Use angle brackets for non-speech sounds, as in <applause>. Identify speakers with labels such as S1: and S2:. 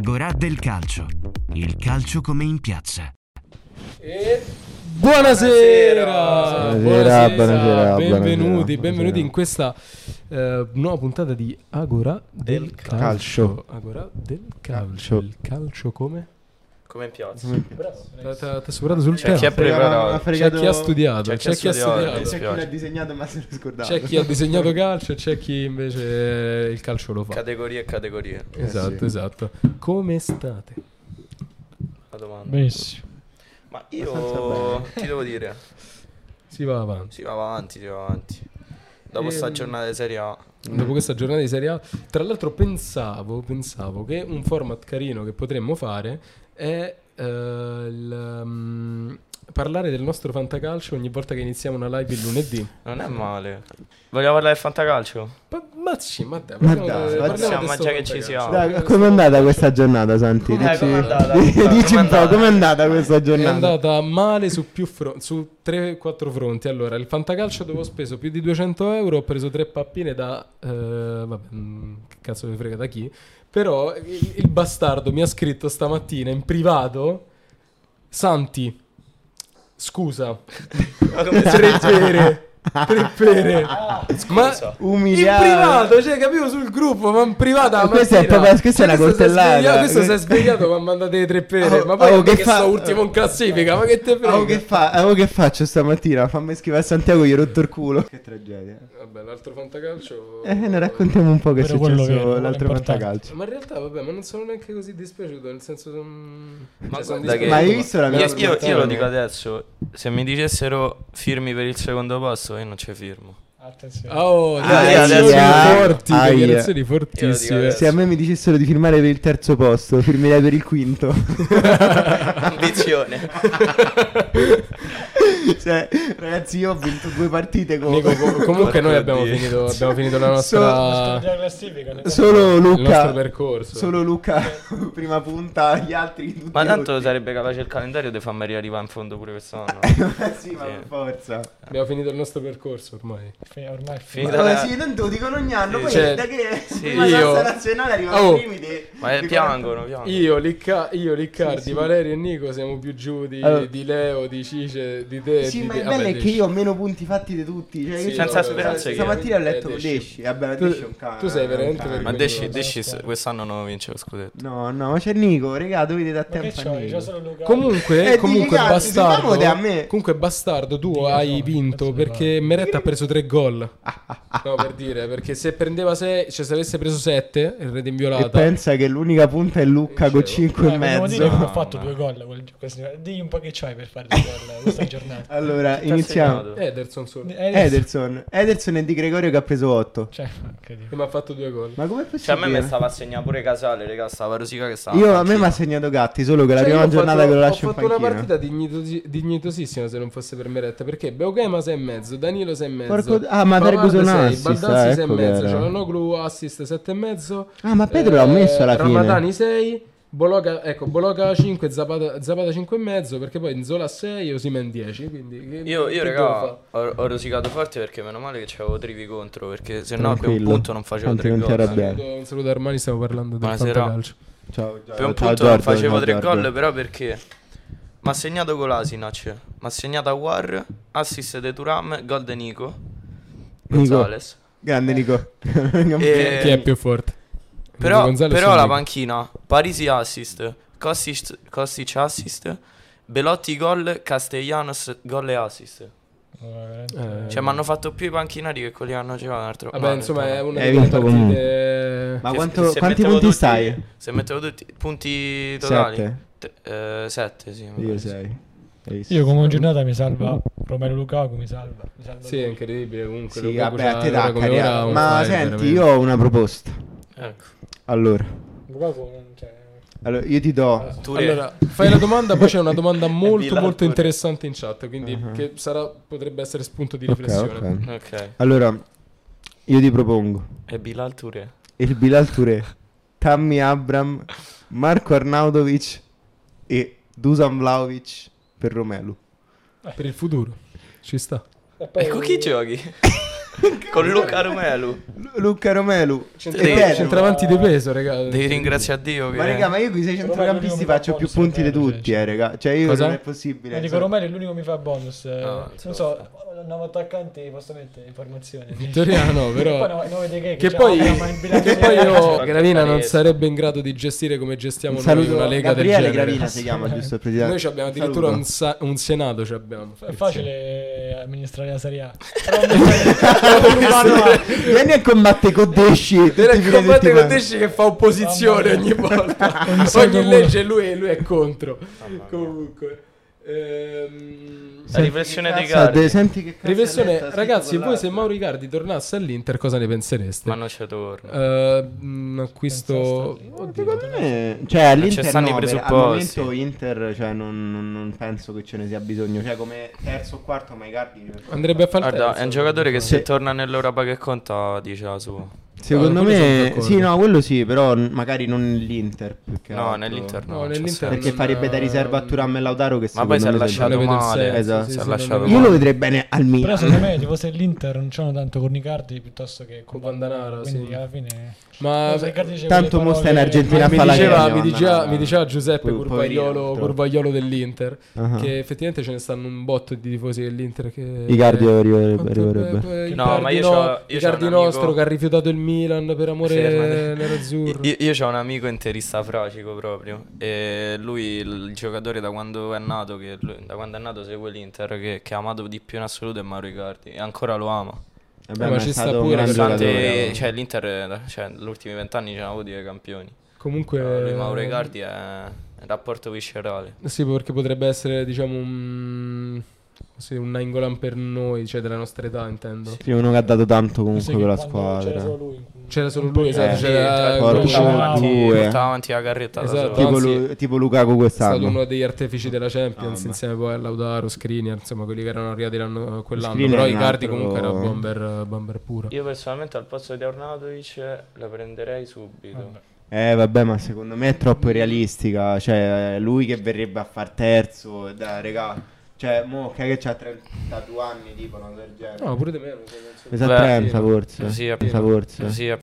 S1: Gorà del calcio. Il calcio come in piazza.
S2: E
S3: Buonasera!
S2: Buonasera,
S3: Buonasera,
S4: buonasera,
S3: benvenuti,
S4: buonasera.
S3: benvenuti in questa eh, nuova puntata di Agora del,
S2: Del
S3: calcio.
S4: calcio.
S3: Agora del calcio.
S4: Calcio.
S3: Il calcio come?
S2: come in piazza.
S3: Ti ha superato sul
S2: C'è chi
S3: tema.
S2: ha
S4: Frega-
S2: preparato.
S4: ha
S3: C'è
S4: fregato-
S3: chi ha studiato,
S2: C'è chi ha
S3: c'è chi ha
S2: studiato, Eh,
S3: studiato.
S2: sì.
S4: C'è chi l'ha disegnato ma se l'è scordato.
S3: C'è chi ha disegnato calcio e c'è chi invece il calcio lo fa.
S2: Categorie e categorie.
S3: Esatto,
S4: sì.
S3: esatto. Come state?
S2: La domanda.
S5: Benissimo.
S2: Ma io ti devo dire,
S3: Si va avanti.
S2: si va avanti, si va avanti. Dopo
S3: Ehm.
S2: sta giornata di Serie A,
S3: Dopo questa giornata di Serie A, tra l'altro pensavo, pensavo che un format carino che potremmo fare è eh, il, mm, parlare del nostro fantacalcio ogni volta che iniziamo una live il lunedì.
S2: non è male. Vogliamo parlare del fantacalcio?
S3: Ma, ma sì, ma dai,
S4: Ma
S3: parliamo
S4: dai,
S3: de-
S4: ma
S3: parliamo
S2: siamo
S3: del
S2: diciamo già
S3: sto
S2: che ci
S3: fantacalcio.
S2: siamo.
S4: Dai, com'è andata questa giornata,
S3: Eh,
S4: Santi?
S2: Com'è-
S4: Dici,
S2: com'è andata?
S4: <laughs> dici
S2: Com'è
S4: un po',
S2: andata?
S4: com'è andata questa
S3: È
S4: giornata?
S3: andata male su più fron- su 3-4 fronti. Allora, il fantacalcio dove ho speso più di 200 euro, ho preso tre pappine da... eh, vabbè, mm, che cazzo mi frega da chi? Però il, il bastardo mi ha scritto stamattina in privato, Santi, scusa,
S2: Ma come si-
S3: tre
S4: <laughs>
S3: pere, tre pere. Ma
S4: Umiliato.
S3: in privato, cioè capivo sul gruppo, ma in privato la
S4: Questa è
S3: mattina.
S4: proprio- questa
S3: Cioè,
S4: è una
S3: questo si
S4: coltellata.
S3: svegliato- Questo si è
S4: Que-
S3: svegliato, mi ha mandato le tre pere.
S4: Oh,
S3: ma poi
S4: oh,
S3: non è
S4: che
S3: che
S4: fa-
S3: sto ultimo in classifica, ma che te frega?
S4: Oh, che, fa- oh, che faccio stamattina? Fammi scrivere a Santiago, gli ho rotto il culo. Che tragedia.
S3: Vabbè, l'altro fantacalcio.
S4: Eh, ne raccontiamo un po' che è
S5: Però quello che- quello
S4: successo
S5: che è
S4: l'altro
S5: importante.
S4: fantacalcio.
S3: Ma in realtà, vabbè, ma non sono neanche così dispiaciuto. Nel senso, son...
S2: Ma
S3: cioè, son
S2: guarda che-
S3: dispiaciuto,
S2: Ma hai
S4: visto la
S2: Io,
S4: mia
S2: io- io
S4: formazione?
S2: lo dico adesso, se mi dicessero firmi per il secondo posto, io non ci firmo.
S5: Attenzione.
S3: Oh,
S2: Ah,
S3: dichiarazioni
S2: aia.
S3: forti,
S4: Aia.
S3: dichiarazioni
S2: Io lo
S3: fortissime.
S2: dico
S4: Se a me mi dicessero di firmare per il terzo posto, firmerei per
S3: <laughs>
S4: il quinto. <laughs>
S2: Ambizione.
S4: cioè, ragazzi, io ho vinto due partite con...
S3: Nico, com- comunque, noi abbiamo
S2: Porca
S3: finito, abbiamo finito la
S4: Solo-
S3: nostra.
S5: Scordiamo la classifica. ne-
S4: Solo
S3: Il nostro
S4: Luca.
S3: percorso.
S4: Solo Luca, <laughs> prima punta, gli altri tutti
S2: Ma tanto
S4: rotti.
S2: sarebbe capace il calendario di farmi arrivare in fondo pure quest'anno.
S4: <laughs> Eh sì, ma
S2: Sì.
S4: per forza.
S3: Abbiamo finito il nostro percorso ormai.
S5: Fi- Ormai è
S2: Finita
S5: finita.
S4: Ma
S2: la-
S4: sì, tanto lo dicono ogni anno,
S2: Sì.
S4: poi
S3: Cioè,
S4: da che
S2: sì,
S4: prima <laughs> la
S3: io-
S4: nostra nazionale arriva
S3: Oh,
S4: ai primi dei-
S2: Ma eh,
S4: dei
S2: piangono, piangono.
S3: Io, Licca, io Riccardi,
S4: Sì, sì.
S3: Valerio e Nico siamo più giù di,
S4: Allora.
S3: di Leo, di Cice, di
S4: 40.
S3: te.
S4: Sì,
S3: di
S4: ma
S3: te-
S4: il
S3: vabbè,
S4: bello è
S3: di
S4: che io ho meno punti fatti di tutti. Cioè,
S3: Sì,
S4: io
S2: senza
S4: sta-
S2: speranze che-
S4: Stamattina ho letto
S3: Eh, Desci.
S4: Desci. Vabbè, ma
S3: Tu-
S4: Desci è un cane.
S3: tu sei veramente
S4: un cane.
S2: Ma
S3: vergognoso.
S2: Desci, Desci s- quest'anno non vince lo scudetto.
S4: No, no, ma c'è Nico, regà, dovete dare
S5: Ma che
S4: tempo a
S5: c'ho? C'ho
S4: Nico.
S5: solo Luca.
S3: Comunque,
S4: Eh,
S3: comunque
S4: digli, cazzo,
S3: bastardo.
S4: diciamo te a me.
S3: Comunque bastardo, tu
S5: Dio,
S3: hai
S5: no,
S3: vinto
S5: cazzo,
S3: perché Meretta ha preso tre gol.
S4: <laughs>
S3: No, per dire, perché se prendeva 6, cioè se avesse preso 7, il rete
S4: E
S3: inviolata.
S4: pensa che l'unica punta è Lucca con
S3: Dicevo.
S4: 5 e
S5: Eh, vogliamo dire
S4: mezzo.
S5: che
S2: No,
S5: ho fatto
S2: no.
S5: due gol. quel- questo- Digli un po' che c'hai per fare due
S3: <laughs>
S5: gol questa giornata.
S4: <laughs> Allora,
S2: Chi t'ha
S4: iniziamo.
S2: segnato?
S3: Ederson solo.
S5: Eh,
S4: Ederson. Ederson è di Gregorio che ha preso 8.
S5: Cioè, che dire.
S3: E mi ha fatto due gol.
S4: Ma com'è
S2: Cioè, a me mi
S4: possibile?
S2: stava a segnare pure Casale, raga, stava rosica che stava.
S4: Io a me mi ha segnato Gatti, solo che la
S3: Cioè, io
S4: prima
S3: ho
S4: giornata
S3: fatto-
S4: che lo lascio
S3: Ho
S4: in
S3: fatto una
S4: panchina.
S3: partita dignitosi- dignitosissima se non fosse per Meretta. Perché Beogema 6 e mezzo, Danilo 6 e mezzo.
S4: Porco- ah, ma
S3: Pavard
S4: Ferguson
S3: sei,
S4: assist,
S3: Baldassi
S4: ah,
S3: 6 e
S4: ecco
S3: mezzo,
S4: che era.
S3: Cialanoglu assist 7 e mezzo. Eh,
S4: Ah, ma Pedro l'ha messo alla fine.
S3: Ramadani 6, Bologa, ecco, Bologa 5, Zapata, Zapata 5 e mezzo, perché poi Nzola 6 e Osimen 10, quindi che-
S2: Io, io
S3: che devo
S2: raga,
S3: fare?
S2: ho, ho rosicato forte perché meno male che c'avevo trivi contro, perché se no per un
S4: Tranquillo.
S2: punto non facevo
S4: Tanti
S2: tre
S4: non ti
S2: gol.
S4: arrabbiare.
S2: eh.
S3: Saluto- Un saluto a Armani, stiamo parlando del
S2: Buonasera.
S3: calcio.
S4: Ciao,
S2: Per un punto non facevo tre gol, però perché? Mi ha segnato Colasinac, mi ha segnato War, assist de Turam, gol de Nico,
S4: Nico.
S2: Gonzales. Eh. <laughs>
S4: Grande Nico.
S2: E-
S3: Chi è più forte? Nico
S2: Eh, Però,
S3: Gonzalez
S2: però
S3: o
S2: la
S3: Nico?
S2: panchina, Parisi assist, Kostic, Kostic assist, Belotti gol, Castellanos gol e assist.
S3: Eh,
S2: Cioè, mi hanno fatto più i panchinari che quelli che hanno giocato un altro.
S3: Vabbè, insomma, è una
S4: Hai
S3: delle
S4: vinto
S3: partite...
S4: Ma
S2: Che
S4: quanto-
S2: se- se
S4: quanti
S2: mettevo
S4: punti
S2: tutti-
S4: stai?
S2: Se mettevo tutti punti totali.
S4: Sette.
S2: 7. sette, sì.
S4: Io
S2: magari.
S4: sei.
S5: Io come giornata mi salva Romero Lukaku, mi salva. Mi salva
S3: Sì, è incredibile comunque.
S4: Sì,
S3: Lukaku
S4: vabbè, a
S3: c'ha
S4: te
S3: ora
S4: da
S3: come ora
S4: carriera.
S3: un
S4: Ma
S3: fight,
S4: senti,
S3: veramente.
S4: io ho una proposta.
S2: Ecco.
S4: Allora,
S5: Lukaku non c'è.
S4: allora io ti
S3: Ah,
S4: do...
S2: Tu
S3: Allora, fai la domanda, poi c'è una
S5: <laughs>
S3: domanda molto
S2: Villa
S3: molto
S2: Arturi.
S3: interessante in chat, quindi che sarà, potrebbe essere spunto di riflessione.
S4: Ah. Ok, ok.
S2: Ok.
S4: Allora, io ti propongo
S2: E Bilal Touré.
S4: il Bilal Touré, Tammy Abram, Marco Arnaudovic e Dusan Vlaovic per Romelu.
S3: Per il futuro, ci sta.
S5: E poi
S3: Ecco,
S2: E
S4: <laughs>
S2: con chi Ecco, giochi? con Luca Romelu.
S4: Lu- Luca Romelu.
S2: Devi-
S4: E Pedro.
S3: Centravanti di peso, raga.
S2: Devi ringraziare Dio che...
S4: Ma raga, ma io qui sei centrocampisti faccio più punti di tutti, eh, raga. Cioè, io
S3: Cosa?
S4: non è possibile. cioè.
S5: dico
S4: insomma.
S5: Romero è l'unico che mi fa bonus.
S3: Ah,
S5: eh.
S2: No,
S5: non so, nuovo attaccante posso
S3: <laughs>
S5: mettere informazione. <laughs>
S3: Vittoriano,
S5: Poi
S3: però.
S5: no, nove De Gea,
S3: Che
S5: cioè,
S3: poi,
S5: vabbè, ma in
S3: <laughs>
S5: bilancio
S3: che
S5: di-
S3: poi
S5: <laughs>
S3: io,
S2: Cioè,
S3: Gravina, non
S2: palese.
S3: sarebbe in grado di gestire come gestiamo
S4: Un
S3: noi
S4: saluto
S3: una lega
S4: Gabriele
S3: del genere.
S4: Gravina si chiama, giusto il presidente.
S3: Noi ci abbiamo addirittura
S4: Saluto.
S3: un, sa- un senato. ci abbiamo.
S5: È facile amministrare la Serie A. Però mi-
S4: Vieni a combattere con Desci.
S3: Te ne combatte con
S4: Desci.
S3: Desci che fa
S2: Ah,
S3: opposizione ogni
S2: <laughs>
S3: volta.
S5: Ogni
S3: ogni
S5: secondo
S3: legge lui, lui è contro.
S2: Ah,
S3: Comunque. Ehm,
S2: La riflessione dei cari.
S4: Senti che cazzo hai letto,
S3: Riflessione,
S4: ha
S3: ragazzi,
S4: scritto
S3: voi se
S4: quell'altro.
S3: Mauro Icardi tornasse all'Inter cosa ne pensereste?
S2: Ma non c'è torno.
S3: Eh, mm, acquisto...
S5: Pensaste-
S3: Oddio.
S4: Secondo me, cioè, all'Inter
S2: stanno i
S4: no, per-
S2: presupposti.
S4: Al momento Inter, cioè, non, non- non penso che ce ne sia bisogno. Cioè, come terzo o quarto, cioè, ma i Cardi...
S3: Andrebbe a fare il
S2: Guarda,
S3: terzo.
S2: è un giocatore che
S4: Sì.
S2: se torna nell'Europa che conta, dice la sua.
S4: Secondo
S3: No, Ah, quello sono
S4: me,
S3: d'accordo.
S4: sì, no, quello sì, però n- magari non nell'Inter. più che
S2: No,
S4: altro.
S2: nell'Inter no.
S3: No,
S2: non c'è
S3: nell'Inter
S2: senso.
S4: Perché
S3: non-
S4: farebbe da riserva a Turam e Lautaro che
S2: Ma poi si è
S4: secondo me
S3: non
S2: lasciato
S3: vedo il
S2: male.
S3: senso,
S4: Esatto.
S2: si
S3: sì,
S2: è
S3: sì,
S2: lasciato
S3: non
S4: Io
S2: male.
S4: lo vedrei bene al
S5: Però
S4: Milan.
S5: secondo me tipo se l'Inter non c'hanno tanto con Icardi piuttosto che con
S3: Con Vandanara,
S5: quindi
S3: sì. Ah,
S5: alla fine
S3: Ma
S5: Non so, Icardi dice
S4: tanto
S5: quelle
S4: mo sta in
S5: parole-
S4: Argentina
S5: Ma
S4: a
S3: mi
S4: fa la
S3: diceva,
S4: Gheria,
S3: mi,
S4: no,
S3: diceva,
S4: no, no.
S3: mi diceva Giuseppe
S4: Poi-
S3: Curvaiolo,
S4: poverino,
S3: Curvaiolo dell'Inter
S4: Ah.
S3: che effettivamente ce ne stanno un botto di tifosi dell'Inter che
S4: Icardi
S5: Eh,
S4: arriverebbe-
S3: Quanto-
S4: arriverebbe.
S3: eh,
S2: No, ma
S3: Icardi
S2: io
S3: no-
S2: c'ho- io c'ho
S3: Icardi
S2: un amico-
S3: nostro che ha rifiutato il Milan per amore
S2: Fermati.
S3: nerazzurro.
S2: Io, ho un amico interista fracico proprio. E lui, il il giocatore da quando è nato, che, lui- da quando è nato segue l'Inter, che, che ha amato di più in assoluto è Mauro Icardi. E ancora lo ama.
S4: Vabbè,
S3: ma
S4: ma è
S3: ci sta
S4: stato un
S3: pure,
S4: grande
S3: Nonostante-
S4: giocatore,
S2: Tante, cioè, l'Inter, eh, cioè, negli ultimi vent'anni ce l'avevo di campioni.
S3: Comunque
S2: Però lui, Mauro Icardi, è è il rapporto viscerale.
S3: Sì, perché potrebbe essere diciamo un sì, un Nainggolan per noi, cioè della nostra età, intendo.
S4: Sì, uno che ha dato tanto
S5: Mi
S4: comunque
S5: sa che
S4: con la
S5: quando
S4: squadra.
S5: C'era solo lui.
S3: C'era solo lui, esatto, c'era
S4: Eh,
S2: Cioè, tra-
S4: Porco
S2: portava
S5: Lukaku,
S2: avanti,
S4: eh.
S2: portava avanti la carretta da
S3: Esatto.
S2: solo.
S4: Tipo,
S3: Anzi-
S4: Lu- tipo Lukaku
S3: È stato
S4: quest'anno.
S3: uno degli artefici della Champions
S4: Ah, beh.
S3: insieme poi a Lautaro, Skriniar, insomma quelli che erano arrivati l'anno, quell'anno.
S4: Skriniar
S3: Però
S4: è un
S3: Icardi
S4: altro-
S3: comunque era bomber, bomber puro.
S2: Io personalmente al posto di Arnautovic la prenderei subito.
S4: Eh vabbè, ma secondo me è troppo realistica. Cioè, lui che verrebbe a far terzo, dai, regà. Cioè, mo ok che c'ha 32 anni, tipo, una cosa del genere.
S3: No, pure di meno.
S4: Mi sa
S2: Beh,
S4: 30
S3: sì, no.
S4: forse.
S2: Sì,
S4: 30
S2: appena.
S4: forse.
S2: Sì,